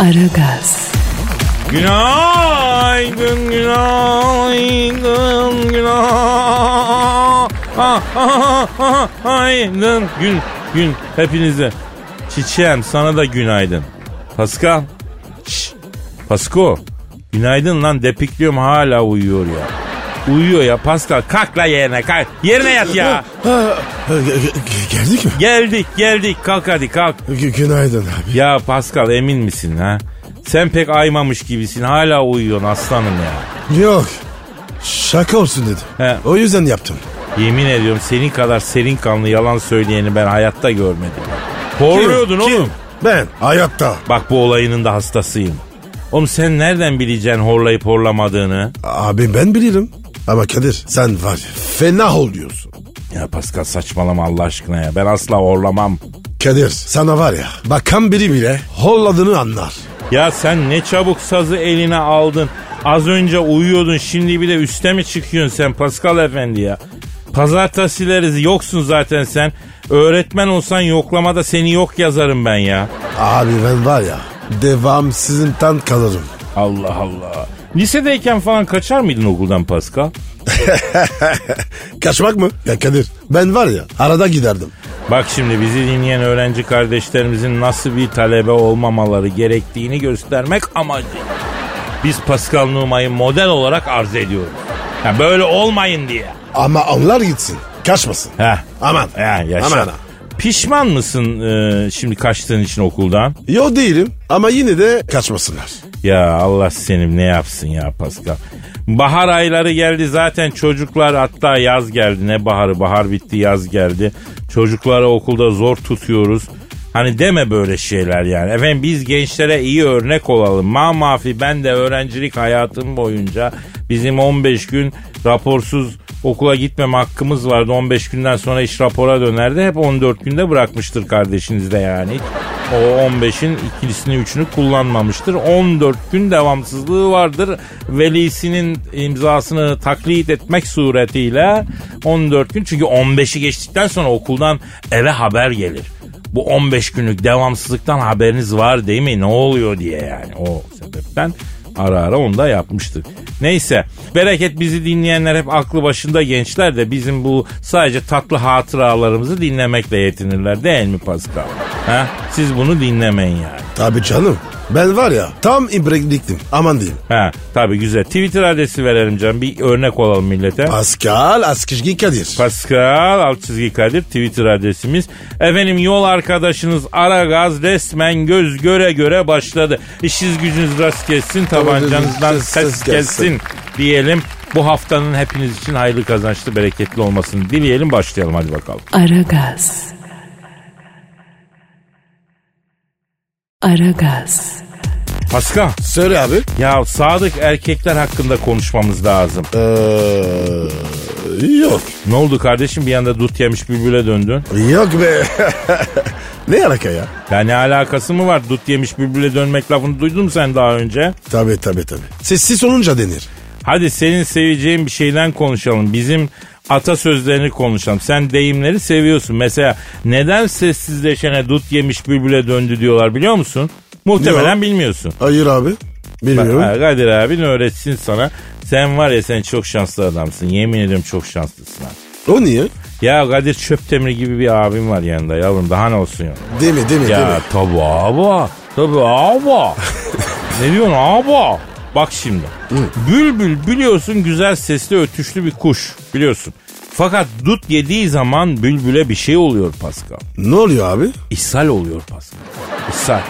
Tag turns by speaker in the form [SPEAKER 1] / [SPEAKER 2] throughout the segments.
[SPEAKER 1] Aragaz,
[SPEAKER 2] Günaydın, günaydın, günaydın. Gün, gün hepinize. Çiçeğim sana da günaydın. Pascal. Şş, Pasko. Günaydın lan depikliyorum hala uyuyor ya. Uyuyor ya Pascal kalk la yerine kalk. Yerine yat ya.
[SPEAKER 3] geldik mi?
[SPEAKER 2] Geldik geldik kalk hadi kalk.
[SPEAKER 3] Gü- günaydın abi.
[SPEAKER 2] Ya Pascal emin misin ha? Sen pek aymamış gibisin hala uyuyorsun aslanım ya.
[SPEAKER 3] Yok. Şaka olsun dedi.
[SPEAKER 2] He.
[SPEAKER 3] O yüzden yaptım.
[SPEAKER 2] Yemin ediyorum senin kadar serin kanlı yalan söyleyeni ben hayatta görmedim. Horluyordun
[SPEAKER 3] Kim?
[SPEAKER 2] oğlum.
[SPEAKER 3] Ben hayatta.
[SPEAKER 2] Bak bu olayının da hastasıyım. Oğlum sen nereden bileceksin horlayıp horlamadığını?
[SPEAKER 3] Abi ben bilirim. Ama Kadir sen var ya, fena oluyorsun.
[SPEAKER 2] Ya Pascal saçmalama Allah aşkına ya. Ben asla horlamam.
[SPEAKER 3] Kadir sana var ya bakan biri bile holladığını anlar.
[SPEAKER 2] Ya sen ne çabuk sazı eline aldın. Az önce uyuyordun şimdi bir de üste mi çıkıyorsun sen Pascal efendi ya? Pazartesileri yoksun zaten sen. Öğretmen olsan yoklamada seni yok yazarım ben ya.
[SPEAKER 3] Abi ben var ya devamsızlıktan kalırım.
[SPEAKER 2] Allah Allah. Lisedeyken falan kaçar mıydın okuldan Pascal?
[SPEAKER 3] Kaçmak mı? Ya Kadir ben var ya arada giderdim.
[SPEAKER 2] Bak şimdi bizi dinleyen öğrenci kardeşlerimizin nasıl bir talebe olmamaları gerektiğini göstermek amacı. Biz Pascal Numa'yı model olarak arz ediyoruz. Ya böyle olmayın diye.
[SPEAKER 3] Ama onlar gitsin kaçmasın.
[SPEAKER 2] Heh.
[SPEAKER 3] Aman.
[SPEAKER 2] Heh, yaşa.
[SPEAKER 3] Aman.
[SPEAKER 2] Pişman mısın e, şimdi kaçtığın için okuldan?
[SPEAKER 3] Yo değilim ama yine de kaçmasınlar.
[SPEAKER 2] Ya Allah senin ne yapsın ya Pascal. Bahar ayları geldi zaten çocuklar hatta yaz geldi. Ne baharı bahar bitti yaz geldi. Çocukları okulda zor tutuyoruz. Hani deme böyle şeyler yani. Efendim biz gençlere iyi örnek olalım. Ma mafi ben de öğrencilik hayatım boyunca bizim 15 gün raporsuz okula gitmeme hakkımız vardı. 15 günden sonra iş rapora dönerdi. Hep 14 günde bırakmıştır kardeşiniz de yani. O 15'in ikilisini üçünü kullanmamıştır. 14 gün devamsızlığı vardır. Velisinin imzasını taklit etmek suretiyle 14 gün. Çünkü 15'i geçtikten sonra okuldan eve haber gelir. Bu 15 günlük devamsızlıktan haberiniz var değil mi? Ne oluyor diye yani. O sebepten ara ara onu da yapmıştık. Neyse bereket bizi dinleyenler hep aklı başında gençler de bizim bu sadece tatlı hatıralarımızı dinlemekle yetinirler değil mi Pascal? Ha? Siz bunu dinlemeyin yani.
[SPEAKER 3] Tabii canım. Ben var ya tam ibrekliktim. Aman diyeyim.
[SPEAKER 2] Ha, tabii güzel. Twitter adresi verelim canım. Bir örnek olalım millete.
[SPEAKER 3] Pascal Askışgi Kadir.
[SPEAKER 2] Pascal alt çizgi Kadir Twitter adresimiz. Efendim yol arkadaşınız Aragaz resmen göz göre göre başladı. İşiniz gücünüz rast gelsin tabancanızdan
[SPEAKER 3] Ses- ses
[SPEAKER 2] ses gelsin diyelim. Bu haftanın hepiniz için hayırlı kazançlı bereketli olmasını dileyelim başlayalım hadi bakalım.
[SPEAKER 1] Aragaz. Aragaz,
[SPEAKER 2] Pascal
[SPEAKER 3] Söyle abi.
[SPEAKER 2] ya sadık erkekler hakkında konuşmamız lazım.
[SPEAKER 3] Ee, yok.
[SPEAKER 2] Ne oldu kardeşim bir anda dut yemiş bülbüle döndün.
[SPEAKER 3] Yok be. ne alaka ya?
[SPEAKER 2] Ya ne alakası mı var dut yemiş bülbüle dönmek lafını duydun mu sen daha önce?
[SPEAKER 3] Tabii tabii tabii. Sessiz olunca denir.
[SPEAKER 2] Hadi senin seveceğin bir şeyden konuşalım. Bizim atasözlerini konuşalım. Sen deyimleri seviyorsun. Mesela neden sessizleşene dut yemiş bülbüle döndü diyorlar biliyor musun? Muhtemelen
[SPEAKER 3] Yok.
[SPEAKER 2] bilmiyorsun.
[SPEAKER 3] Hayır abi. Bilmiyorum.
[SPEAKER 2] Ha, Kadir abin öğretsin sana. Sen var ya sen çok şanslı adamsın. Yemin ediyorum çok şanslısın. ha.
[SPEAKER 3] O niye?
[SPEAKER 2] Ya Kadir Çöptemir gibi bir abim var yanında yavrum. Daha ne olsun ya?
[SPEAKER 3] Değil mi değil mi değil
[SPEAKER 2] Ya
[SPEAKER 3] mi?
[SPEAKER 2] tabi abi. Tabi abi. ne diyorsun abi? Bak şimdi. Bülbül biliyorsun güzel sesli ötüşlü bir kuş biliyorsun. Fakat dut yediği zaman bülbüle bir şey oluyor Pascal.
[SPEAKER 3] Ne oluyor abi?
[SPEAKER 2] İshal oluyor Pascal. İshal.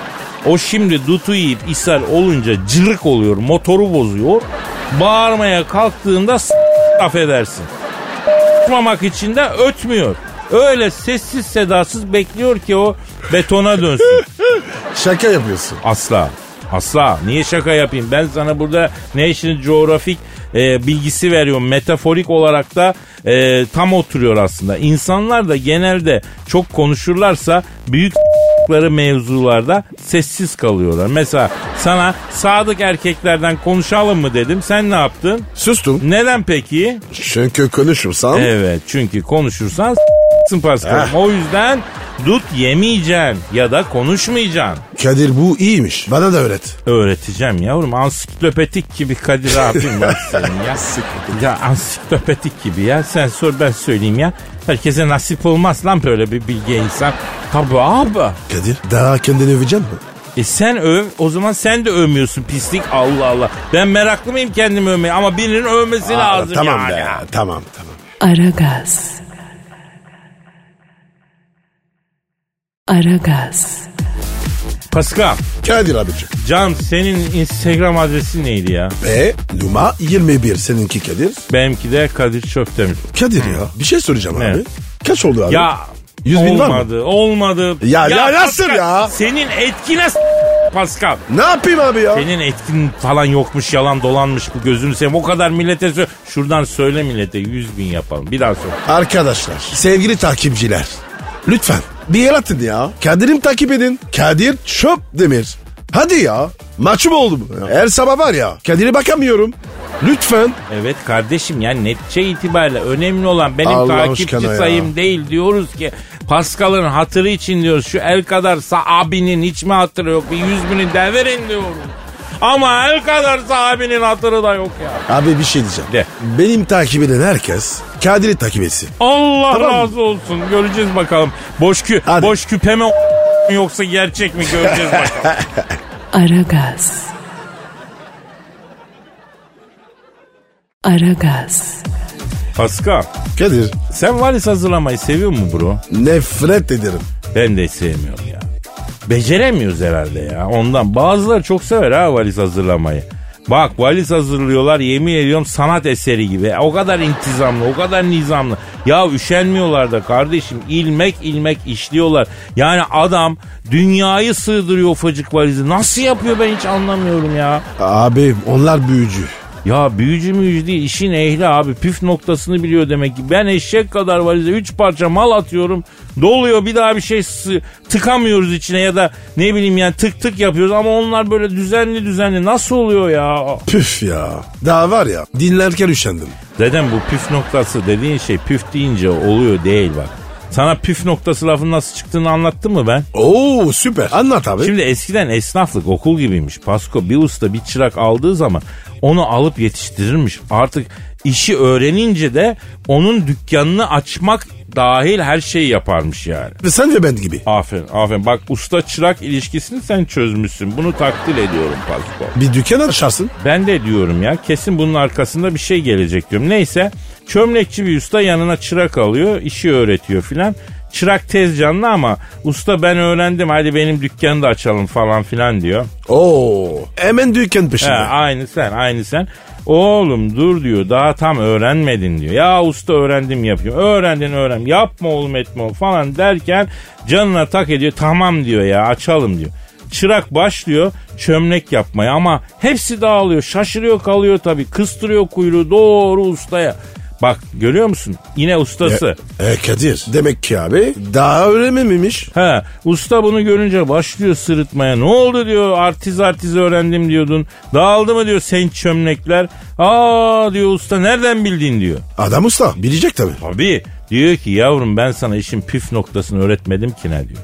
[SPEAKER 2] O şimdi dutu yiyip ishal olunca cırık oluyor. Motoru bozuyor. Bağırmaya kalktığında s- affedersin. S**mamak için de ötmüyor. Öyle sessiz sedasız bekliyor ki o betona dönsün.
[SPEAKER 3] Şaka yapıyorsun.
[SPEAKER 2] Asla. Asla. Niye şaka yapayım? Ben sana burada National Geographic e, bilgisi veriyorum. Metaforik olarak da e, tam oturuyor aslında. İnsanlar da genelde çok konuşurlarsa büyük s**ları mevzularda sessiz kalıyorlar. Mesela sana sadık erkeklerden konuşalım mı dedim. Sen ne yaptın?
[SPEAKER 3] Sustum.
[SPEAKER 2] Neden peki?
[SPEAKER 3] Çünkü konuşursam
[SPEAKER 2] Evet çünkü konuşursan s**sın Paskal'ım. O yüzden dut yemeyeceksin ya da konuşmayacaksın.
[SPEAKER 3] Kadir bu iyiymiş. Bana da öğret.
[SPEAKER 2] Öğreteceğim yavrum. Ansiklopedik gibi Kadir abim var senin ya. ya ansiklopedik gibi ya. Sen sor ben söyleyeyim ya. Herkese nasip olmaz lan böyle bir bilge insan. Tabi abi.
[SPEAKER 3] Kadir daha kendini öveceğim mi?
[SPEAKER 2] E sen öv o zaman sen de övmüyorsun pislik Allah Allah. Ben meraklı mıyım kendimi övmeye ama birinin övmesi lazım
[SPEAKER 3] tamam
[SPEAKER 2] yani.
[SPEAKER 3] be. Tamam tamam.
[SPEAKER 1] Aragaz. Aragaz.
[SPEAKER 2] Pascal,
[SPEAKER 3] Kadir abicim.
[SPEAKER 2] canım senin Instagram adresi neydi ya?
[SPEAKER 3] Ve numara 21 seninki Kadir.
[SPEAKER 2] Benimki de Kadir Çöptemir.
[SPEAKER 3] Kadir ya bir şey soracağım
[SPEAKER 2] Ne?
[SPEAKER 3] abi. Kaç oldu abi?
[SPEAKER 2] Ya
[SPEAKER 3] 100 bin var mı?
[SPEAKER 2] olmadı, olmadı.
[SPEAKER 3] Ya- ya nasıl ya?
[SPEAKER 2] Senin etkine s- Pascal.
[SPEAKER 3] Ne yapayım abi ya?
[SPEAKER 2] Senin etkin falan yokmuş yalan dolanmış bu gözünü seveyim. O kadar millete sö- Şuradan söyle millete 100 bin yapalım. Bir daha söyle.
[SPEAKER 3] Arkadaşlar, sevgili takipçiler. Lütfen bir el atın ya. Kadir'im takip edin. Kadir çöp demir. Hadi ya. Maçım oldu bu. Her sabah var ya. Kadir'e bakamıyorum. Lütfen.
[SPEAKER 2] Evet kardeşim yani netice itibariyle önemli olan benim
[SPEAKER 3] Allah
[SPEAKER 2] takipçi
[SPEAKER 3] aşkına ya.
[SPEAKER 2] sayım değil diyoruz ki Pascal'ın hatırı için diyoruz şu el kadarsa abinin hiç mi hatırı yok bir yüz bini devirin diyoruz. Ama el kadarsa abinin hatırı da yok ya.
[SPEAKER 3] Abi bir şey diyeceğim.
[SPEAKER 2] De.
[SPEAKER 3] Benim takip eden herkes Kadir'i takip etsin.
[SPEAKER 2] Allah
[SPEAKER 3] Tamam mı?
[SPEAKER 2] razı olsun. Göreceğiz bakalım. Boş kü
[SPEAKER 3] Hadi.
[SPEAKER 2] boş küpe mi yoksa gerçek mi göreceğiz bakalım.
[SPEAKER 1] Aragaz. Aragaz.
[SPEAKER 2] Pascal,
[SPEAKER 3] Kadir
[SPEAKER 2] sen valiz hazırlamayı seviyor musun bro?
[SPEAKER 3] nefret ederim.
[SPEAKER 2] Ben de sevmiyorum ya. Beceremiyoruz herhalde ya. Ondan bazıları çok sever ha valiz hazırlamayı. Bak valiz hazırlıyorlar yemin ediyorum sanat eseri gibi. O kadar intizamlı, o kadar nizamlı. Ya üşenmiyorlar da kardeşim ilmek ilmek işliyorlar. Yani adam dünyayı sığdırıyor ufacık valizi. Nasıl yapıyor ben hiç anlamıyorum ya.
[SPEAKER 3] Abi onlar büyücü.
[SPEAKER 2] Ya büyücü müyücü değil işin ehli abi püf noktasını biliyor demek ki. Ben eşek kadar valize 3 parça mal atıyorum doluyor bir daha bir şey sı- tıkamıyoruz içine ya da ne bileyim yani tık tık yapıyoruz ama onlar böyle düzenli düzenli nasıl oluyor ya?
[SPEAKER 3] Püf ya. Daha var ya dinlerken üşendim.
[SPEAKER 2] Zaten bu püf noktası dediğin şey püf deyince oluyor değil bak. Sana püf noktası lafın nasıl çıktığını anlattım mı ben?
[SPEAKER 3] Oo süper. Anlat abi.
[SPEAKER 2] Şimdi eskiden esnaflık okul gibiymiş. Pasko bir usta bir çırak aldığı zaman onu alıp yetiştirirmiş. Artık işi öğrenince de onun dükkanını açmak dahil her şeyi yaparmış yani.
[SPEAKER 3] Sen ve ben gibi.
[SPEAKER 2] Aferin aferin. Bak usta çırak ilişkisini sen çözmüşsün. Bunu takdir ediyorum Pasko.
[SPEAKER 3] Bir dükkan açarsın.
[SPEAKER 2] Ben de diyorum ya kesin bunun arkasında bir şey gelecek diyorum. Neyse çömlekçi bir usta yanına çırak alıyor işi öğretiyor filan. Çırak tez canlı ama usta ben öğrendim hadi benim dükkanı da açalım falan filan diyor.
[SPEAKER 3] Oo. Hemen dükkan
[SPEAKER 2] He,
[SPEAKER 3] peşinde.
[SPEAKER 2] aynı sen aynı sen. Oğlum dur diyor daha tam öğrenmedin diyor. Ya usta öğrendim yapıyor. Öğrendin öğren. Yapma oğlum etme oğlum falan derken canına tak ediyor. Tamam diyor ya açalım diyor. Çırak başlıyor çömlek yapmaya ama hepsi dağılıyor. Şaşırıyor kalıyor tabii. Kıstırıyor kuyruğu doğru ustaya. Bak görüyor musun? Yine ustası.
[SPEAKER 3] E, Kadir demek ki abi daha öğrenememiş.
[SPEAKER 2] He, usta bunu görünce başlıyor sırıtmaya. Ne oldu diyor artiz artiz öğrendim diyordun. Dağıldı mı diyor sen çömlekler. Aa diyor usta nereden bildin diyor.
[SPEAKER 3] Adam usta bilecek tabii.
[SPEAKER 2] Abi diyor ki yavrum ben sana işin püf noktasını öğretmedim ki ne diyor.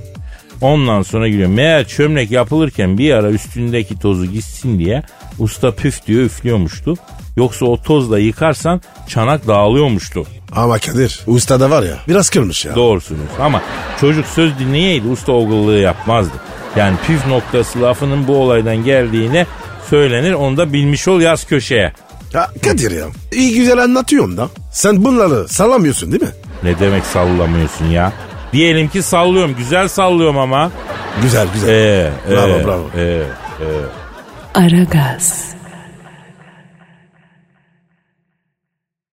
[SPEAKER 2] Ondan sonra giriyor. Meğer çömlek yapılırken bir ara üstündeki tozu gitsin diye usta püf diyor üflüyormuştu. Yoksa o tozla yıkarsan çanak dağılıyormuştu.
[SPEAKER 3] Ama Kadir usta da var ya biraz kırmış ya.
[SPEAKER 2] Doğrusunuz ama çocuk söz dinleyeydi usta ogulluğu yapmazdı. Yani püf noktası lafının bu olaydan geldiğine söylenir onu da bilmiş ol yaz köşeye.
[SPEAKER 3] Ya Kadir ya iyi güzel anlatıyorsun da. Sen bunları salamıyorsun değil mi?
[SPEAKER 2] Ne demek sallamıyorsun ya? Diyelim ki sallıyorum güzel sallıyorum ama.
[SPEAKER 3] Güzel güzel.
[SPEAKER 2] Ee, ee,
[SPEAKER 3] Bravo, bravo.
[SPEAKER 2] ee.
[SPEAKER 1] Aragaz.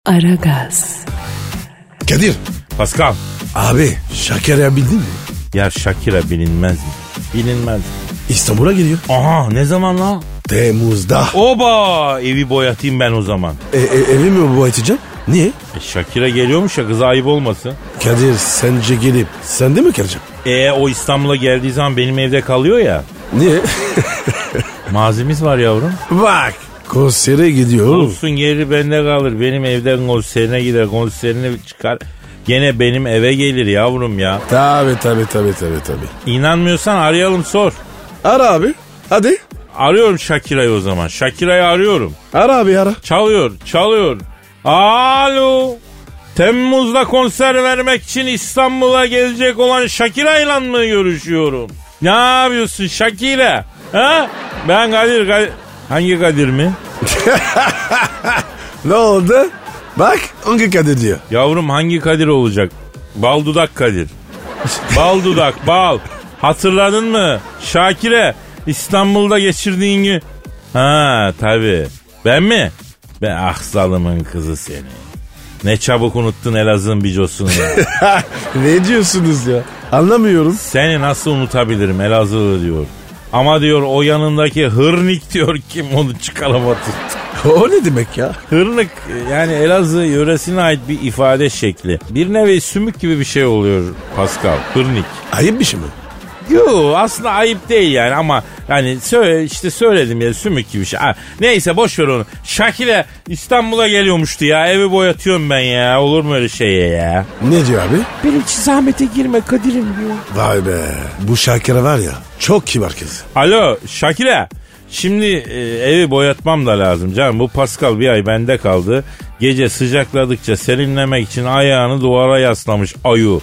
[SPEAKER 1] Aragaz.
[SPEAKER 3] Kadir
[SPEAKER 2] Pascal
[SPEAKER 3] Abi şeker yabildin mi?
[SPEAKER 2] Ya Shakira bilinmez mi? Bilinmez.
[SPEAKER 3] İstanbul'a geliyor.
[SPEAKER 2] Aha ne zaman la?
[SPEAKER 3] Temmuz'da.
[SPEAKER 2] Oba evi boyatayım ben o zaman.
[SPEAKER 3] E, e, evi mi bu edeceğim? Niye?
[SPEAKER 2] E, Shakira geliyormuş ya kıza ayıp olmasın.
[SPEAKER 3] Kadir sence gelip sende mi kalacağım?
[SPEAKER 2] E o İstanbul'a geldiği zaman benim evde kalıyor ya.
[SPEAKER 3] Niye?
[SPEAKER 2] Mazimiz var yavrum.
[SPEAKER 3] Bak konsere gidiyoruz.
[SPEAKER 2] Olsun geri bende kalır. Benim evden konserine gider. Konserine çıkar. Gene benim eve gelir yavrum ya.
[SPEAKER 3] Tabi tabi tabi tabi tabi.
[SPEAKER 2] İnanmıyorsan arayalım sor.
[SPEAKER 3] Ara abi. Hadi.
[SPEAKER 2] Arıyorum Shakira'yı o zaman. Shakira'yı arıyorum.
[SPEAKER 3] Ara abi ara.
[SPEAKER 2] Çalıyor, çalıyor. Alo. Temmuz'da konser vermek için İstanbul'a gelecek olan Shakira ile mi görüşüyorum? Ne yapıyorsun Shakira? Ha? Ben Kadir, Kadir. Hangi Kadir mi?
[SPEAKER 3] Ne oldu? Bak hangi Kadir diyor.
[SPEAKER 2] Yavrum hangi Kadir olacak? Bal dudak Kadir. Bal dudak, bal. Hatırladın mı? Şakire, İstanbul'da geçirdiğin gün. Ha tabii. Ben mi? Ben ah zalımın kızı seni. Ne çabuk unuttun Elazığ'ın bicosunu. ya.
[SPEAKER 3] ne diyorsunuz ya? Anlamıyorum.
[SPEAKER 2] Seni nasıl unutabilirim Elazığlı diyor. Ama diyor o yanındaki hırnik diyor kim onu çıkaramadı.
[SPEAKER 3] O ne demek ya?
[SPEAKER 2] Hırlık yani Elazığ yöresine ait bir ifade şekli. Bir nevi sümük gibi bir şey oluyor Pascal. Hırnik.
[SPEAKER 3] Ayıp bir şey mi?
[SPEAKER 2] Yo aslında ayıp değil yani ama yani söyle, işte söyledim ya sümük gibi bir şey. Ha, neyse boş ver onu. Şakile İstanbul'a geliyormuştu ya evi boyatıyorum ben ya olur mu öyle şey ya?
[SPEAKER 3] Ne diyor abi?
[SPEAKER 2] Benim için zahmete girme Kadir'im diyor.
[SPEAKER 3] Vay be. Bu Şakir'e var ya çok kibar kız.
[SPEAKER 2] Alo Şakile. Şimdi e, evi boyatmam da lazım canım. Bu Pascal bir ay bende kaldı. Gece sıcakladıkça serinlemek için ayağını duvara yaslamış ayu.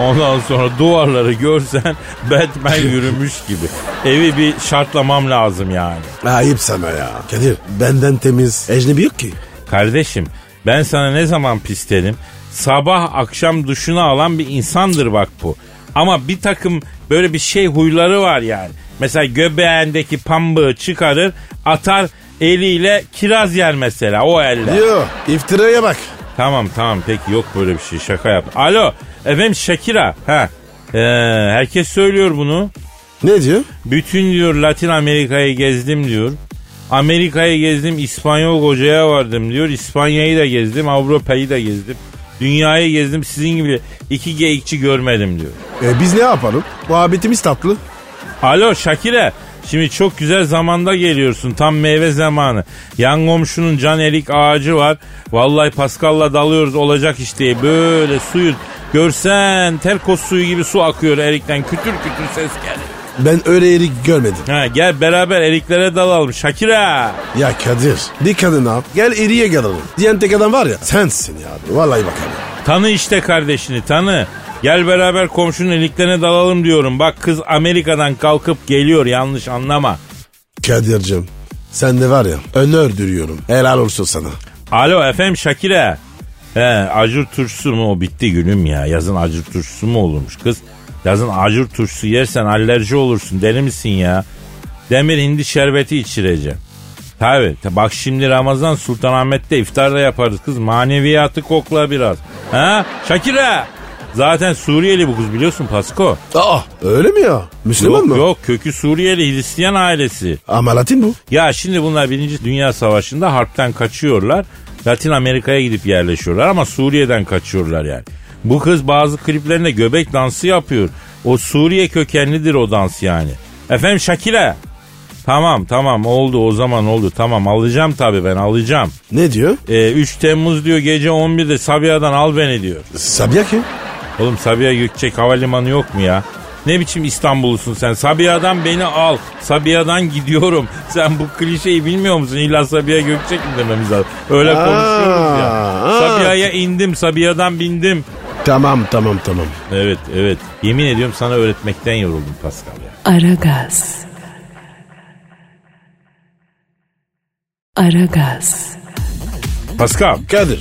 [SPEAKER 2] Ondan sonra duvarları görsen Batman yürümüş gibi. Evi bir şartlamam lazım yani.
[SPEAKER 3] Ayıp sana ya. Kadir benden temiz ecnebi yok ki.
[SPEAKER 2] Kardeşim ben sana ne zaman pis dedim? Sabah akşam duşunu alan bir insandır bak bu. Ama bir takım böyle bir şey huyları var yani. Mesela göbeğindeki pambığı çıkarır atar eliyle kiraz yer mesela o elle.
[SPEAKER 3] Yo iftiraya bak.
[SPEAKER 2] Tamam tamam peki yok böyle bir şey şaka yap. Alo efendim Shakira. Ha. Ee, herkes söylüyor bunu.
[SPEAKER 3] Ne diyor?
[SPEAKER 2] Bütün diyor Latin Amerika'yı gezdim diyor. Amerika'yı gezdim, İspanyol kocaya vardım diyor. İspanya'yı da gezdim, Avrupa'yı da gezdim. Dünyayı gezdim, sizin gibi iki geyikçi görmedim diyor.
[SPEAKER 3] E, biz ne yapalım? Muhabbetimiz tatlı.
[SPEAKER 2] Alo Şakire, şimdi çok güzel zamanda geliyorsun, tam meyve zamanı. Yan komşunun can erik ağacı var. Vallahi Pascal'la dalıyoruz olacak iş diye. Böyle suyu görsen terkos suyu gibi su akıyor erikten. Kütür kütür ses geliyor.
[SPEAKER 3] Ben öyle erik görmedim.
[SPEAKER 2] Ha, gel beraber eriklere dalalım Şakira.
[SPEAKER 3] Ya Kadir bir kadına gel eriye gelelim. Diyen tek adam var ya sensin ya. abi. Vallahi bak abi.
[SPEAKER 2] Tanı işte kardeşini tanı. Gel beraber komşunun eliklerine dalalım diyorum. Bak kız Amerika'dan kalkıp geliyor yanlış anlama.
[SPEAKER 3] Kadir'cim sen de var ya önü ördürüyorum. Helal olsun sana.
[SPEAKER 2] Alo efendim Şakire. He acır turşusu mu o bitti gülüm ya. Yazın acır turşusu mu olurmuş kız? Yazın acır turşusu yersen alerji olursun deli misin ya? Demir hindi şerbeti içireceğim. Tabi bak şimdi Ramazan Sultanahmet'te iftarda yaparız kız. Maneviyatı kokla biraz. Ha Şakire. Zaten Suriyeli bu kız biliyorsun Pasko.
[SPEAKER 3] Aa öyle mi ya? Müslüman
[SPEAKER 2] Yok
[SPEAKER 3] mı?
[SPEAKER 2] yok kökü Suriyeli Hristiyan ailesi.
[SPEAKER 3] Ama Latin bu.
[SPEAKER 2] Ya şimdi bunlar Birinci Dünya Savaşı'nda harpten kaçıyorlar. Latin Amerika'ya gidip yerleşiyorlar ama Suriye'den kaçıyorlar yani. Bu kız bazı kliplerinde göbek dansı yapıyor. O Suriye kökenlidir o dans yani. Efendim Şakile. Tamam tamam oldu o zaman oldu tamam alacağım tabii ben alacağım.
[SPEAKER 3] Ne diyor?
[SPEAKER 2] Ee, 3 Temmuz diyor gece 11'de Sabiha'dan al beni diyor.
[SPEAKER 3] Sabiha kim?
[SPEAKER 2] Oğlum Sabiha Gökçek havalimanı yok mu ya? Ne biçim İstanbullusun sen? Sabiha'dan beni al. Sabiha'dan gidiyorum. Sen bu klişeyi bilmiyor musun? İlla Sabiha Gökçek mi dememiz lazım? Öyle
[SPEAKER 3] Aa,
[SPEAKER 2] konuşuyoruz ya.
[SPEAKER 3] aa.
[SPEAKER 2] Sabiha'ya indim. Sabiha'dan bindim.
[SPEAKER 3] Tamam tamam tamam.
[SPEAKER 2] Evet evet. Yemin ediyorum sana öğretmekten yoruldum Pascal ya.
[SPEAKER 1] Aragaz. Aragaz.
[SPEAKER 2] Pascal
[SPEAKER 3] Kadir.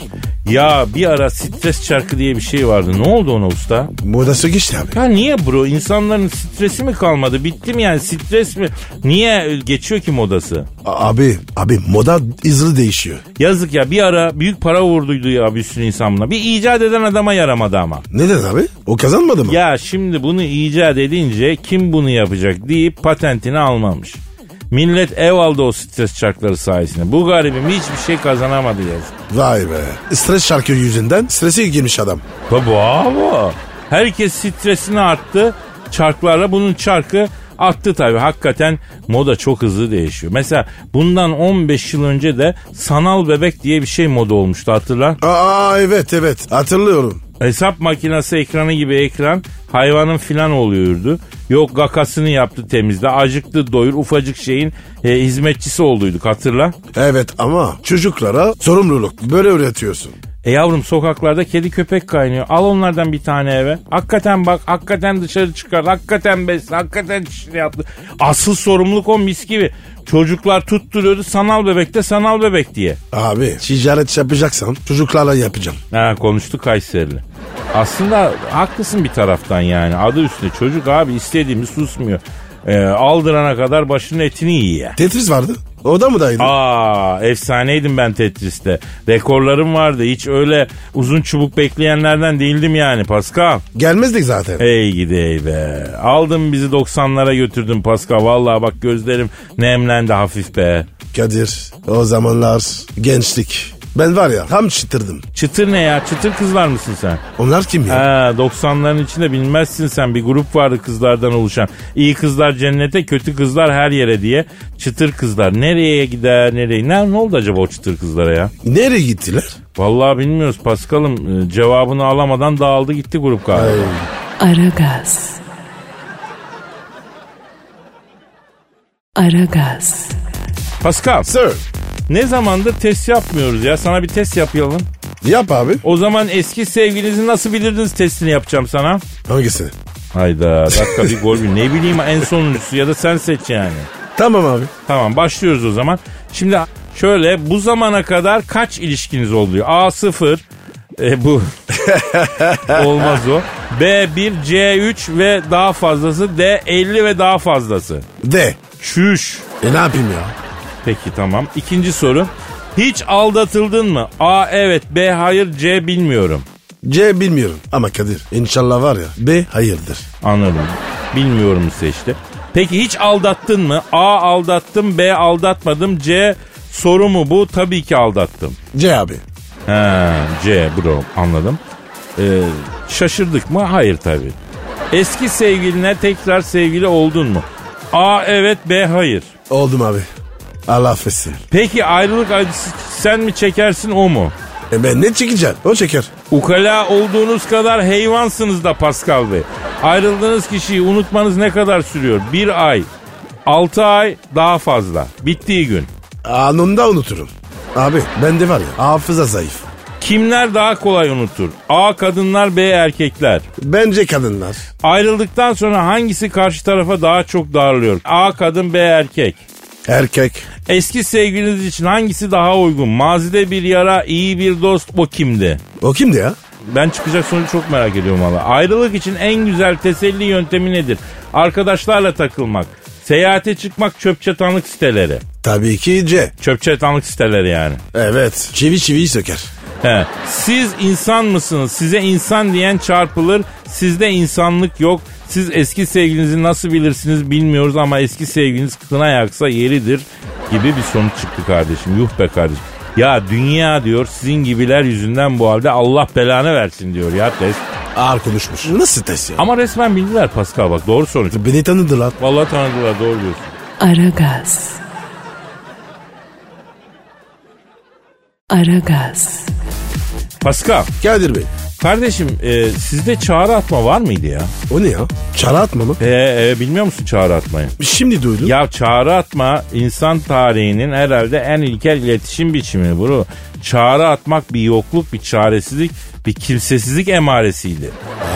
[SPEAKER 2] Ya bir ara stres çarkı diye bir şey vardı. Ne oldu ona usta?
[SPEAKER 3] Modası geçti abi.
[SPEAKER 2] Ya niye bro? İnsanların stresi mi kalmadı? Bitti mi yani stres mi? Niye geçiyor ki modası?
[SPEAKER 3] A- abi abi moda hızlı değişiyor.
[SPEAKER 2] Yazık ya bir ara büyük para vurduydu ya bir sürü insan buna. Bir icat eden adama yaramadı ama.
[SPEAKER 3] Neden abi? O kazanmadı mı?
[SPEAKER 2] Ya şimdi bunu icat edince kim bunu yapacak deyip patentini almamış. Millet ev aldı o stres çarkları sayesinde. Bu garibim hiçbir şey kazanamadı yazık.
[SPEAKER 3] Vay be. Stres şarkı yüzünden strese girmiş adam.
[SPEAKER 2] Tabi abi. Herkes stresini arttı. Çarklarla bunun çarkı attı tabi. Hakikaten moda çok hızlı değişiyor. Mesela bundan 15 yıl önce de sanal bebek diye bir şey moda olmuştu hatırla.
[SPEAKER 3] Aa evet evet hatırlıyorum.
[SPEAKER 2] Hesap makinesi ekranı gibi ekran hayvanın filan oluyordu. Yok gakasını yaptı temizle, acıktı doyur, ufacık şeyin e, hizmetçisi olduyduk hatırla.
[SPEAKER 3] Evet ama çocuklara sorumluluk böyle öğretiyorsun.
[SPEAKER 2] E yavrum sokaklarda kedi köpek kaynıyor. Al onlardan bir tane eve. Hakikaten bak, hakikaten dışarı çıkar, hakikaten besle, hakikaten şey yaptı. Asıl sorumluluk o mis gibi. Çocuklar tutturuyordu sanal bebekte sanal bebek diye.
[SPEAKER 3] Abi ticaret yapacaksan çocuklarla yapacağım.
[SPEAKER 2] Ha konuştu Kayserili. Aslında haklısın bir taraftan yani. Adı üstüne çocuk abi istediğimiz susmuyor. Ee, aldırana kadar başının etini yiyor.
[SPEAKER 3] Tetris vardı. O da mı daydı?
[SPEAKER 2] Aa efsaneydim ben Tetris'te. Rekorlarım vardı. Hiç öyle uzun çubuk bekleyenlerden değildim yani Pascal.
[SPEAKER 3] Gelmezdik zaten.
[SPEAKER 2] Ey gidi ey be. Aldın bizi 90'lara götürdün Pascal. Vallahi bak gözlerim nemlendi hafif be.
[SPEAKER 3] Kadir o zamanlar gençlik. Ben var ya tam çıtırdım.
[SPEAKER 2] Çıtır ne ya? Çıtır kızlar mısın sen?
[SPEAKER 3] Onlar kim ya?
[SPEAKER 2] Ha 90'ların içinde bilmezsin sen bir grup vardı kızlardan oluşan. İyi kızlar cennete, kötü kızlar her yere diye. Çıtır kızlar nereye gider, nereye? Ne, ne oldu acaba o çıtır kızlara ya?
[SPEAKER 3] Nereye gittiler?
[SPEAKER 2] Vallahi bilmiyoruz Paskal'ım. Ee, Cevabını alamadan dağıldı gitti grup galiba.
[SPEAKER 1] Aragaz. Aragaz.
[SPEAKER 2] Paskal
[SPEAKER 3] Sir
[SPEAKER 2] ne zamandır test yapmıyoruz ya? Sana bir test yapalım.
[SPEAKER 3] yap abi.
[SPEAKER 2] O zaman eski sevgilinizi nasıl bilirdiniz testini yapacağım sana.
[SPEAKER 3] Hangisini?
[SPEAKER 2] Hayda dakika bir gol bir. Ne bileyim en sonuncusu ya da sen seç yani.
[SPEAKER 3] Tamam abi.
[SPEAKER 2] Tamam başlıyoruz o zaman. Şimdi şöyle bu zamana kadar kaç ilişkiniz oluyor? A 0 e, bu olmaz o. B 1 C 3 ve daha fazlası D 50 ve daha fazlası.
[SPEAKER 3] De.
[SPEAKER 2] Şüş.
[SPEAKER 3] E ne yapayım ya?
[SPEAKER 2] Peki tamam. İkinci soru. Hiç aldatıldın mı? A evet, B hayır, C bilmiyorum.
[SPEAKER 3] C bilmiyorum. Ama Kadir inşallah var ya B hayırdır.
[SPEAKER 2] Anladım. Bilmiyorum seçti. Peki hiç aldattın mı? A aldattım, B aldatmadım, C soru mu bu? Tabii ki aldattım.
[SPEAKER 3] C abi.
[SPEAKER 2] He, C bro anladım. Ee, şaşırdık mı? Hayır tabii. Eski sevgiline tekrar sevgili oldun mu? A evet B hayır.
[SPEAKER 3] Oldum abi. Allah affetsin.
[SPEAKER 2] Peki ayrılık acısı sen mi çekersin o mu?
[SPEAKER 3] E ben ne çekeceğim? O çeker.
[SPEAKER 2] Ukala olduğunuz kadar heyvansınız da Pascal Bey. Ayrıldığınız kişiyi unutmanız ne kadar sürüyor? Bir ay, altı ay daha fazla. Bittiği gün.
[SPEAKER 3] Anında unuturum. Abi bende var ya hafıza zayıf.
[SPEAKER 2] Kimler daha kolay unutur? A kadınlar, B erkekler.
[SPEAKER 3] Bence kadınlar.
[SPEAKER 2] Ayrıldıktan sonra hangisi karşı tarafa daha çok darlıyor? A kadın, B erkek.
[SPEAKER 3] Erkek.
[SPEAKER 2] Eski sevgiliniz için hangisi daha uygun? Mazide bir yara, iyi bir dost o kimdi?
[SPEAKER 3] O kimdi ya?
[SPEAKER 2] Ben çıkacak sonucu çok merak ediyorum valla. Ayrılık için en güzel teselli yöntemi nedir? Arkadaşlarla takılmak, seyahate çıkmak, çöp çatanlık siteleri.
[SPEAKER 3] Tabii ki C.
[SPEAKER 2] Çöp çatanlık siteleri yani.
[SPEAKER 3] Evet. Çivi çiviyi söker.
[SPEAKER 2] He. Siz insan mısınız? Size insan diyen çarpılır. Sizde insanlık yok. Siz eski sevgilinizi nasıl bilirsiniz bilmiyoruz ama eski sevgiliniz kına yaksa yeridir gibi bir sonuç çıktı kardeşim. Yuh be kardeşim. Ya dünya diyor sizin gibiler yüzünden bu halde Allah belanı versin diyor ya test.
[SPEAKER 3] Ağır konuşmuş. Nasıl test ya?
[SPEAKER 2] Ama resmen bildiler Pascal bak doğru sonuç.
[SPEAKER 3] Beni tanıdılar.
[SPEAKER 2] Vallahi tanıdılar doğru diyorsun.
[SPEAKER 1] Aragaz. Aragaz.
[SPEAKER 2] Pascal
[SPEAKER 3] Kadir Bey.
[SPEAKER 2] kardeşim e, sizde çağrı atma var mıydı ya?
[SPEAKER 3] O ne ya? Çara atma mı?
[SPEAKER 2] E, e, bilmiyor musun çağrı atmayı?
[SPEAKER 3] Şimdi duydum.
[SPEAKER 2] Ya çağrı atma insan tarihinin herhalde en ilkel iletişim biçimi bro. Çağrı atmak bir yokluk, bir çaresizlik, bir kimsesizlik emaresiydi.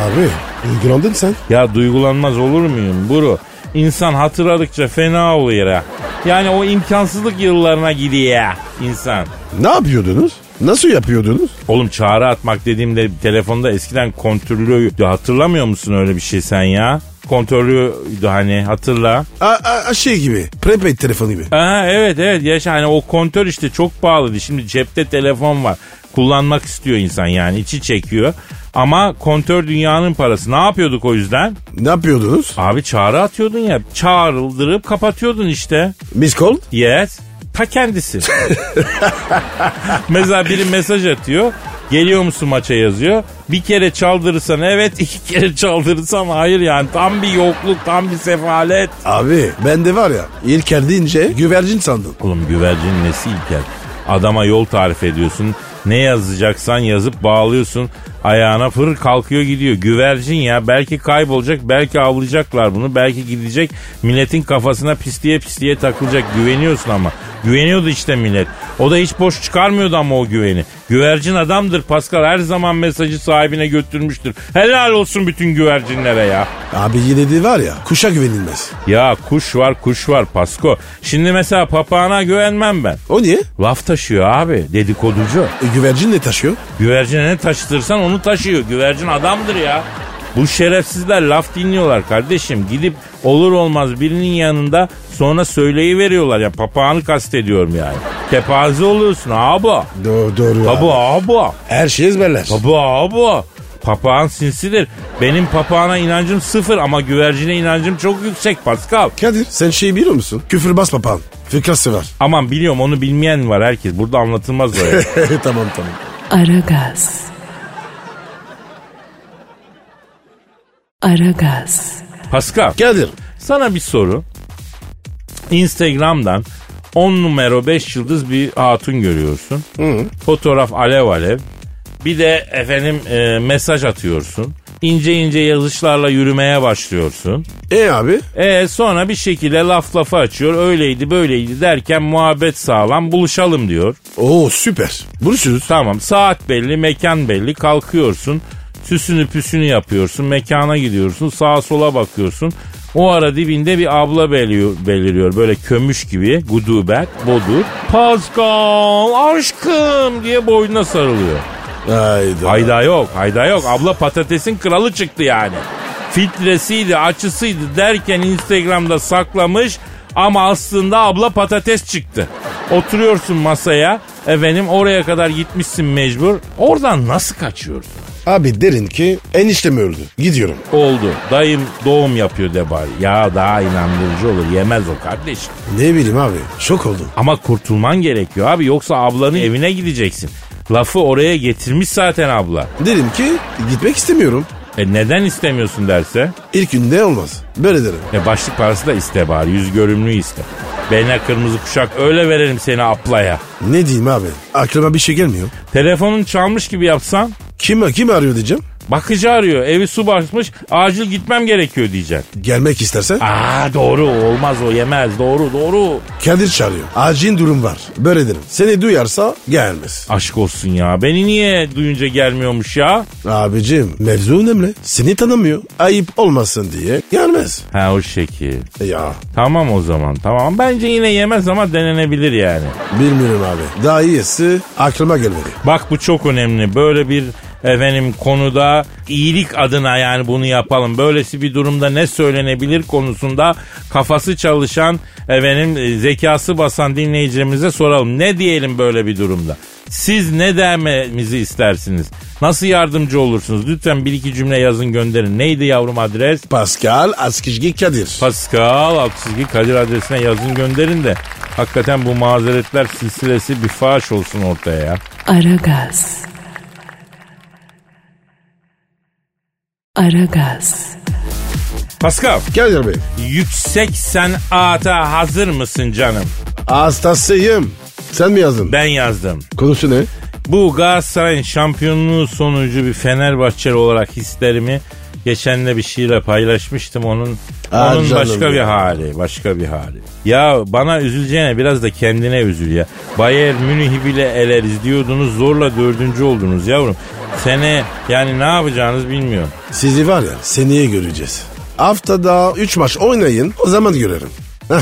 [SPEAKER 3] Abi uygulandın sen.
[SPEAKER 2] Ya duygulanmaz olur muyum bro? İnsan hatırladıkça fena oluyor ha. Yani o imkansızlık yıllarına gidiyor ya insan.
[SPEAKER 3] Ne yapıyordunuz? Nasıl yapıyordunuz?
[SPEAKER 2] Oğlum çağrı atmak dediğimde telefonda eskiden kontürlüydü. Hatırlamıyor musun öyle bir şey sen ya? Kontörlüydü hani hatırla.
[SPEAKER 3] A, a- a- şey gibi. Prepaid telefonu gibi.
[SPEAKER 2] Aha, evet evet yaşa hani o kontör işte çok pahalıydı. Şimdi cepte telefon var. Kullanmak istiyor insan yani içi çekiyor. Ama kontör dünyanın parası. Ne yapıyorduk o yüzden?
[SPEAKER 3] Ne yapıyordunuz?
[SPEAKER 2] Abi çağrı atıyordun ya. Çağrıldırıp kapatıyordun işte.
[SPEAKER 3] Miss call?
[SPEAKER 2] Yes. Ta kendisi. Mesela biri mesaj atıyor. Geliyor musun maça yazıyor. Bir kere çaldırırsan evet, iki kere çaldırırsan hayır yani. Tam bir yokluk, tam bir sefalet.
[SPEAKER 3] Abi ben de var ya İlker deyince güvercin sandım.
[SPEAKER 2] Oğlum güvercin nesi İlker? Adama yol tarif ediyorsun. Ne yazacaksan yazıp bağlıyorsun. Ayağına fır kalkıyor gidiyor. Güvercin ya belki kaybolacak, belki avlayacaklar bunu, belki gidecek. Milletin kafasına pisliğe pisliğe takılacak. Güveniyorsun ama. Güveniyordu işte millet. O da hiç boş çıkarmıyordu ama o güveni. Güvercin adamdır Pascal her zaman mesajı sahibine götürmüştür. Helal olsun bütün güvercinlere ya.
[SPEAKER 3] Abi yine de var ya kuşa güvenilmez.
[SPEAKER 2] Ya kuş var kuş var Pasko. Şimdi mesela papağana güvenmem ben.
[SPEAKER 3] O niye?
[SPEAKER 2] Laf taşıyor abi dedikoducu.
[SPEAKER 3] E, güvercin ne taşıyor?
[SPEAKER 2] Güvercine ne taşıtırsan onu taşıyor. Güvercin adamdır ya. Bu şerefsizler laf dinliyorlar kardeşim. Gidip olur olmaz birinin yanında sonra söyleyi veriyorlar ya. Papağanı kastediyorum yani. Kepaze oluyorsun abi.
[SPEAKER 3] Doğru, doğru
[SPEAKER 2] Tabu abi.
[SPEAKER 3] Her şey ezberler.
[SPEAKER 2] Tabu abi. Papağan sinsidir. Benim papağana inancım sıfır ama güvercine inancım çok yüksek Pascal.
[SPEAKER 3] Kadir sen şeyi biliyor musun? Küfür bas papağan. Fıkrası var.
[SPEAKER 2] Aman biliyorum onu bilmeyen var herkes. Burada anlatılmaz o ya.
[SPEAKER 3] tamam tamam.
[SPEAKER 1] Aragaz. Aragaz.
[SPEAKER 2] Pascal.
[SPEAKER 3] Kadir.
[SPEAKER 2] Sana bir soru. Instagram'dan 10 numara 5 yıldız bir hatun görüyorsun. Fotoğraf alev alev. Bir de efendim e, mesaj atıyorsun. İnce ince yazışlarla yürümeye başlıyorsun.
[SPEAKER 3] E abi?
[SPEAKER 2] E sonra bir şekilde laf lafa açıyor. Öyleydi böyleydi derken muhabbet sağlam buluşalım diyor.
[SPEAKER 3] Oo süper. Buluşuruz.
[SPEAKER 2] Tamam saat belli mekan belli kalkıyorsun süsünü püsünü yapıyorsun mekana gidiyorsun sağa sola bakıyorsun. O ara dibinde bir abla beliyor, beliriyor böyle kömüş gibi gudubet bodur. Pascal aşkım diye boynuna sarılıyor.
[SPEAKER 3] Hayda.
[SPEAKER 2] Hayda yok hayda yok abla patatesin kralı çıktı yani. Filtresiydi açısıydı derken Instagram'da saklamış ama aslında abla patates çıktı. Oturuyorsun masaya efendim oraya kadar gitmişsin mecbur. Oradan nasıl kaçıyorsun?
[SPEAKER 3] Abi derin ki eniştem öldü. Gidiyorum.
[SPEAKER 2] Oldu. Dayım doğum yapıyor de bari. Ya daha inandırıcı olur. Yemez o kardeşim.
[SPEAKER 3] Ne bileyim abi. Şok oldum.
[SPEAKER 2] Ama kurtulman gerekiyor abi. Yoksa ablanın evine gideceksin. Lafı oraya getirmiş zaten abla.
[SPEAKER 3] Dedim ki gitmek istemiyorum.
[SPEAKER 2] E neden istemiyorsun derse?
[SPEAKER 3] İlk günde olmaz. Böyle derim.
[SPEAKER 2] E başlık parası da iste bari. Yüz görümlü iste. Beline kırmızı kuşak öyle verelim seni aplaya.
[SPEAKER 3] Ne diyeyim abi? Aklıma bir şey gelmiyor.
[SPEAKER 2] Telefonun çalmış gibi yapsan
[SPEAKER 3] Kim, kim arıyor diyeceğim.
[SPEAKER 2] bakıcı arıyor. Evi su basmış acil gitmem gerekiyor diyeceksin.
[SPEAKER 3] Gelmek istersen
[SPEAKER 2] Aa doğru olmaz o yemez doğru doğru.
[SPEAKER 3] Kadir çağırıyor. Acil durum var. Böyle derim. Seni duyarsa gelmez.
[SPEAKER 2] Aşk olsun ya beni niye duyunca gelmiyormuş ya?
[SPEAKER 3] Abicim mevzu önemli. Seni tanımıyor. Ayıp olmasın diye gelmez. E
[SPEAKER 2] Ha o şekil.
[SPEAKER 3] Ya
[SPEAKER 2] Tamam o zaman tamam. Bence yine yemez ama denenebilir yani.
[SPEAKER 3] bilmiyorum abi. Daha iyisi aklıma gelmedi.
[SPEAKER 2] Bak bu çok önemli. Böyle bir efendim konuda iyilik adına yani bunu yapalım. Böylesi bir durumda ne söylenebilir konusunda kafası çalışan efendim e, zekası basan dinleyicilerimize soralım. Ne diyelim böyle bir durumda? Siz ne dememizi istersiniz? Nasıl yardımcı olursunuz? Lütfen bir iki cümle yazın gönderin. Neydi yavrum adres?
[SPEAKER 3] Pascal Askizgi Kadir.
[SPEAKER 2] Pascal alt çizgi Kadir adresine yazın gönderin de hakikaten bu mazeretler silsilesi bir faş olsun ortaya ya.
[SPEAKER 1] Aragaz. Aragaz.
[SPEAKER 2] Pascal
[SPEAKER 3] Kadir Bey.
[SPEAKER 2] yüksek sanata hazır mısın canım?
[SPEAKER 3] Hastasıyım. Sen mi yazdın?
[SPEAKER 2] Ben yazdım.
[SPEAKER 3] Konusu ne?
[SPEAKER 2] Bu Galatasaray'ın şampiyonluğu sonucu bir Fenerbahçeli olarak hislerimi geçenle bir şiirle paylaşmıştım onun
[SPEAKER 3] Ah
[SPEAKER 2] onun
[SPEAKER 3] canım
[SPEAKER 2] başka
[SPEAKER 3] ya.
[SPEAKER 2] bir hali başka bir hali. Ya bana üzüleceğine biraz da kendine üzül ya. Bayern Münih'i bile eleriz diyordunuz zorla dördüncü oldunuz yavrum. Sene yani ne yapacağınız bilmiyorum.
[SPEAKER 3] Sizi var ya seneye göreceğiz. Haftada 3 maç oynayın o zaman görelim. Heh,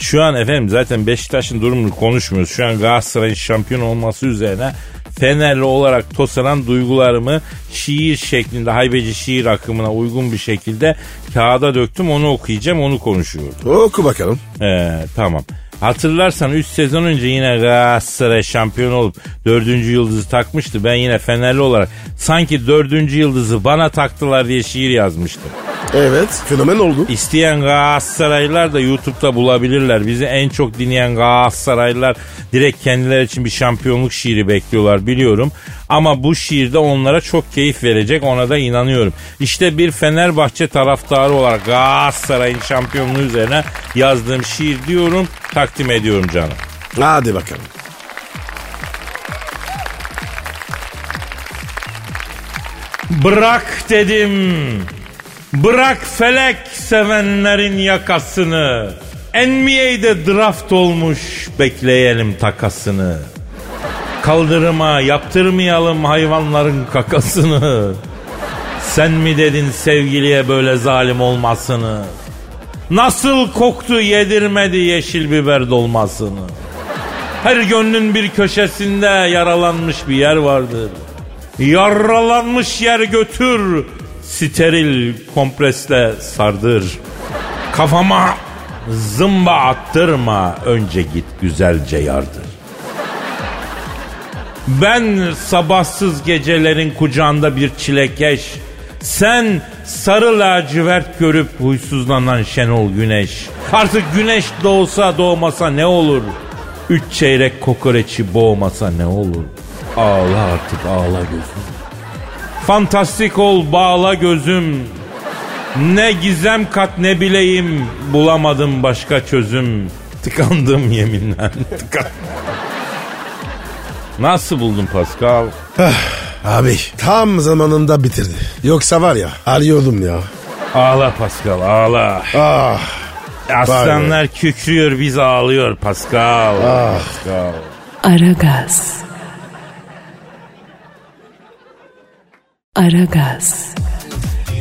[SPEAKER 2] Şu an efendim zaten Beşiktaş'ın durumunu konuşmuyoruz. Şu an Galatasaray'ın şampiyon olması üzerine Fenerli olarak tosaran duygularımı şiir şeklinde haybeci şiir akımına uygun bir şekilde kağıda döktüm onu okuyacağım onu konuşuyorum.
[SPEAKER 3] Oku bakalım.
[SPEAKER 2] Ee, tamam. Hatırlarsan 3 sezon önce yine Galatasaray şampiyon olup 4. yıldızı takmıştı. Ben yine Fenerli olarak sanki 4. yıldızı bana taktılar diye şiir yazmıştım.
[SPEAKER 3] Evet. Fenomen oldu.
[SPEAKER 2] İsteyen Galatasaraylılar da YouTube'da bulabilirler. Bizi en çok dinleyen Galatasaraylılar direkt kendileri için bir şampiyonluk şiiri bekliyorlar biliyorum. Ama bu şiir de onlara çok keyif verecek ona da inanıyorum. İşte bir Fenerbahçe taraftarı olarak Galatasaray'ın şampiyonluğu üzerine yazdığım şiir diyorum takdim ediyorum canım.
[SPEAKER 3] Hadi bakalım.
[SPEAKER 2] Bırak dedim. Bırak felek sevenlerin yakasını. NBA'de draft olmuş bekleyelim takasını. Kaldırıma yaptırmayalım hayvanların kakasını. Sen mi dedin sevgiliye böyle zalim olmasını? Nasıl koktu yedirmedi yeşil biber dolmasını? Her gönlün bir köşesinde yaralanmış bir yer vardır. Yaralanmış yer götür, steril kompresle sardır. Kafama zımba attırma, önce git güzelce yardır. Ben sabahsız gecelerin kucağında bir çilekeş, sen sarı lacivert görüp huysuzlanan Şenol Güneş. Artık güneş doğsa doğmasa ne olur? Üç çeyrek kokoreçi boğmasa ne olur? Ağla artık ağla gözüm. Fantastik ol bağla gözüm. Ne gizem kat ne bileyim bulamadım başka çözüm. Tıkandım yeminle. Tıkandım. Nasıl buldun Pascal?
[SPEAKER 3] Abi tam zamanında bitirdi. Yoksa var ya arıyordum ya.
[SPEAKER 2] Ağla Pascal ağla.
[SPEAKER 3] Ah
[SPEAKER 2] Aslanlar kükrüyor biz ağlıyor Pascal. Pascal.
[SPEAKER 1] Aragaz. Aragaz.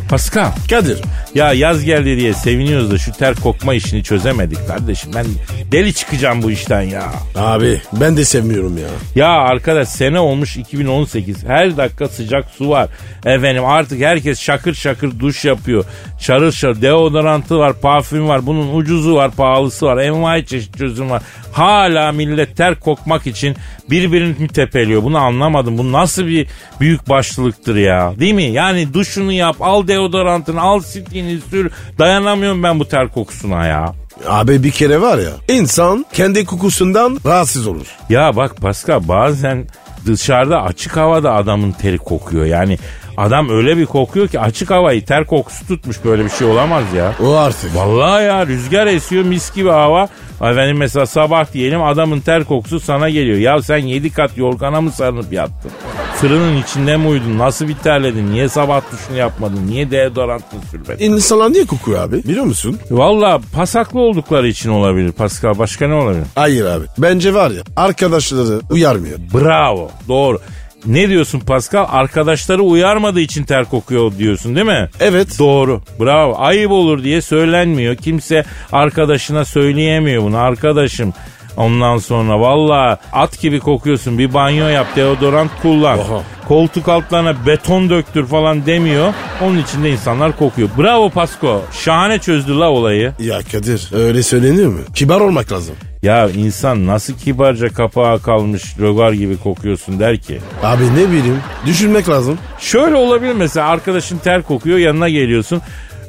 [SPEAKER 2] Pascal.
[SPEAKER 3] Kadir.
[SPEAKER 2] Ya yaz geldi diye seviniyoruz da şu ter kokma işini çözemedik kardeşim. Ben deli çıkacağım bu işten ya.
[SPEAKER 3] Abi ben de sevmiyorum ya.
[SPEAKER 2] Ya arkadaş sene olmuş 2018. Her dakika sıcak su var. Efendim artık herkes şakır şakır duş yapıyor. Şarıl şarıl deodorantı var, parfüm var. Bunun ucuzu var, pahalısı var. Envai çeşit çözüm var. Hala millet ter kokmak için birbirini tepeliyor. Bunu anlamadım. Bu nasıl bir büyük başlılıktır ya. Değil mi? Yani duşunu yap, al deodorantını, al stilini sür. Dayanamıyorum ben bu ter kokusuna ya.
[SPEAKER 3] Abi bir kere var ya insan kendi kokusundan rahatsız olur.
[SPEAKER 2] Ya bak Pascal bazen dışarıda açık havada adamın teri kokuyor. Yani adam öyle bir kokuyor ki açık havayı ter kokusu tutmuş böyle bir şey olamaz ya.
[SPEAKER 3] O artık.
[SPEAKER 2] Vallahi ya rüzgar esiyor mis gibi hava. Efendim mesela sabah diyelim adamın ter kokusu sana geliyor. Ya sen yedi kat yorgana mı sarılıp yattın? Fırının içinde mi uyudun? Nasıl bir terledin? Niye sabah duşunu yapmadın? Niye deodorantını sürmedin?
[SPEAKER 3] İnsanlar niye kokuyor abi biliyor musun?
[SPEAKER 2] Valla pasaklı oldukları için olabilir Pascal. Başka ne olabilir?
[SPEAKER 3] Hayır abi. Bence var ya arkadaşları uyarmıyor.
[SPEAKER 2] Bravo. Doğru. Ne diyorsun Pascal? Arkadaşları uyarmadığı için ter kokuyor diyorsun değil mi?
[SPEAKER 3] Evet.
[SPEAKER 2] Doğru. Bravo. Ayıp olur diye söylenmiyor. Kimse arkadaşına söyleyemiyor bunu. Arkadaşım Ondan sonra valla at gibi kokuyorsun bir banyo yap deodorant kullan.
[SPEAKER 3] Oha.
[SPEAKER 2] Koltuk altlarına beton döktür falan demiyor. Onun için de insanlar kokuyor. Bravo Pasko. Şahane çözdü la olayı.
[SPEAKER 3] Ya Kadir öyle söyleniyor mu? Kibar olmak lazım.
[SPEAKER 2] Ya insan nasıl kibarca kapağa kalmış rögar gibi kokuyorsun der ki.
[SPEAKER 3] Abi ne bileyim düşünmek lazım.
[SPEAKER 2] Şöyle olabilir mesela arkadaşın ter kokuyor yanına geliyorsun.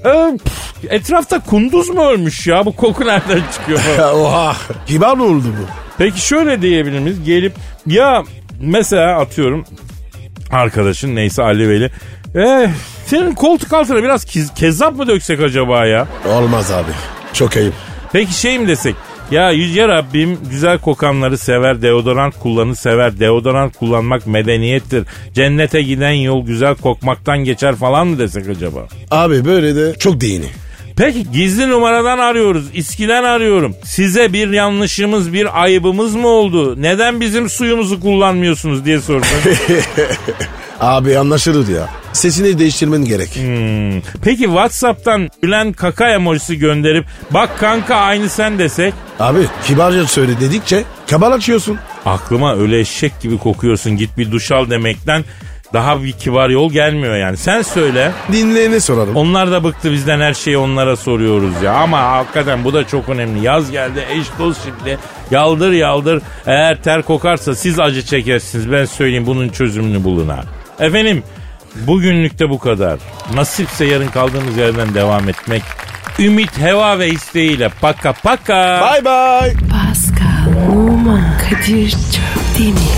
[SPEAKER 2] Ee, püf, etrafta kunduz mu ölmüş ya bu koku nereden çıkıyor?
[SPEAKER 3] Ya oha kibar mı oldu bu?
[SPEAKER 2] Peki şöyle diyebilir miyiz gelip ya mesela atıyorum arkadaşın neyse Ali Veli. "Eh, senin koltuk altına biraz kiz- kezzap mı döksek acaba ya?
[SPEAKER 3] Olmaz abi çok ayıp.
[SPEAKER 2] Peki şey mi desek? Ya Yüce Rabbim güzel kokanları sever, deodorant kullanı sever. Deodorant kullanmak medeniyettir. Cennete giden yol güzel kokmaktan geçer falan mı desek acaba?
[SPEAKER 3] Abi böyle de çok değini.
[SPEAKER 2] Peki gizli numaradan arıyoruz. İSKİ'den arıyorum. Size bir yanlışımız, bir ayıbımız mı oldu? Neden bizim suyumuzu kullanmıyorsunuz diye sordum.
[SPEAKER 3] Abi anlaşılır ya. Sesini değiştirmen gerek.
[SPEAKER 2] Peki WhatsApp'tan Bülent Kaka emojisi gönderip bak kanka aynı sen desek
[SPEAKER 3] Abi kibarca söyle dedikçe kabal açıyorsun.
[SPEAKER 2] aklıma öyle eşek gibi kokuyorsun git bir duş al demekten daha bir kibar yol gelmiyor yani. Sen söyle.
[SPEAKER 3] Dinleyene sorarım.
[SPEAKER 2] Onlar da bıktı bizden her şeyi onlara soruyoruz ya. Ama hakikaten bu da çok önemli. Yaz geldi eş dost şimdi. Yaldır yaldır. Eğer ter kokarsa siz acı çekersiniz. Ben söyleyeyim bunun çözümünü bulun ha. Efendim bugünlük de bu kadar. Nasipse yarın kaldığımız yerden devam etmek. Ümit, heva ve isteğiyle paka paka.
[SPEAKER 3] Bay bay.
[SPEAKER 1] Pascal, Oman, Kadir çok değil mi?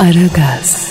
[SPEAKER 1] Aragaz.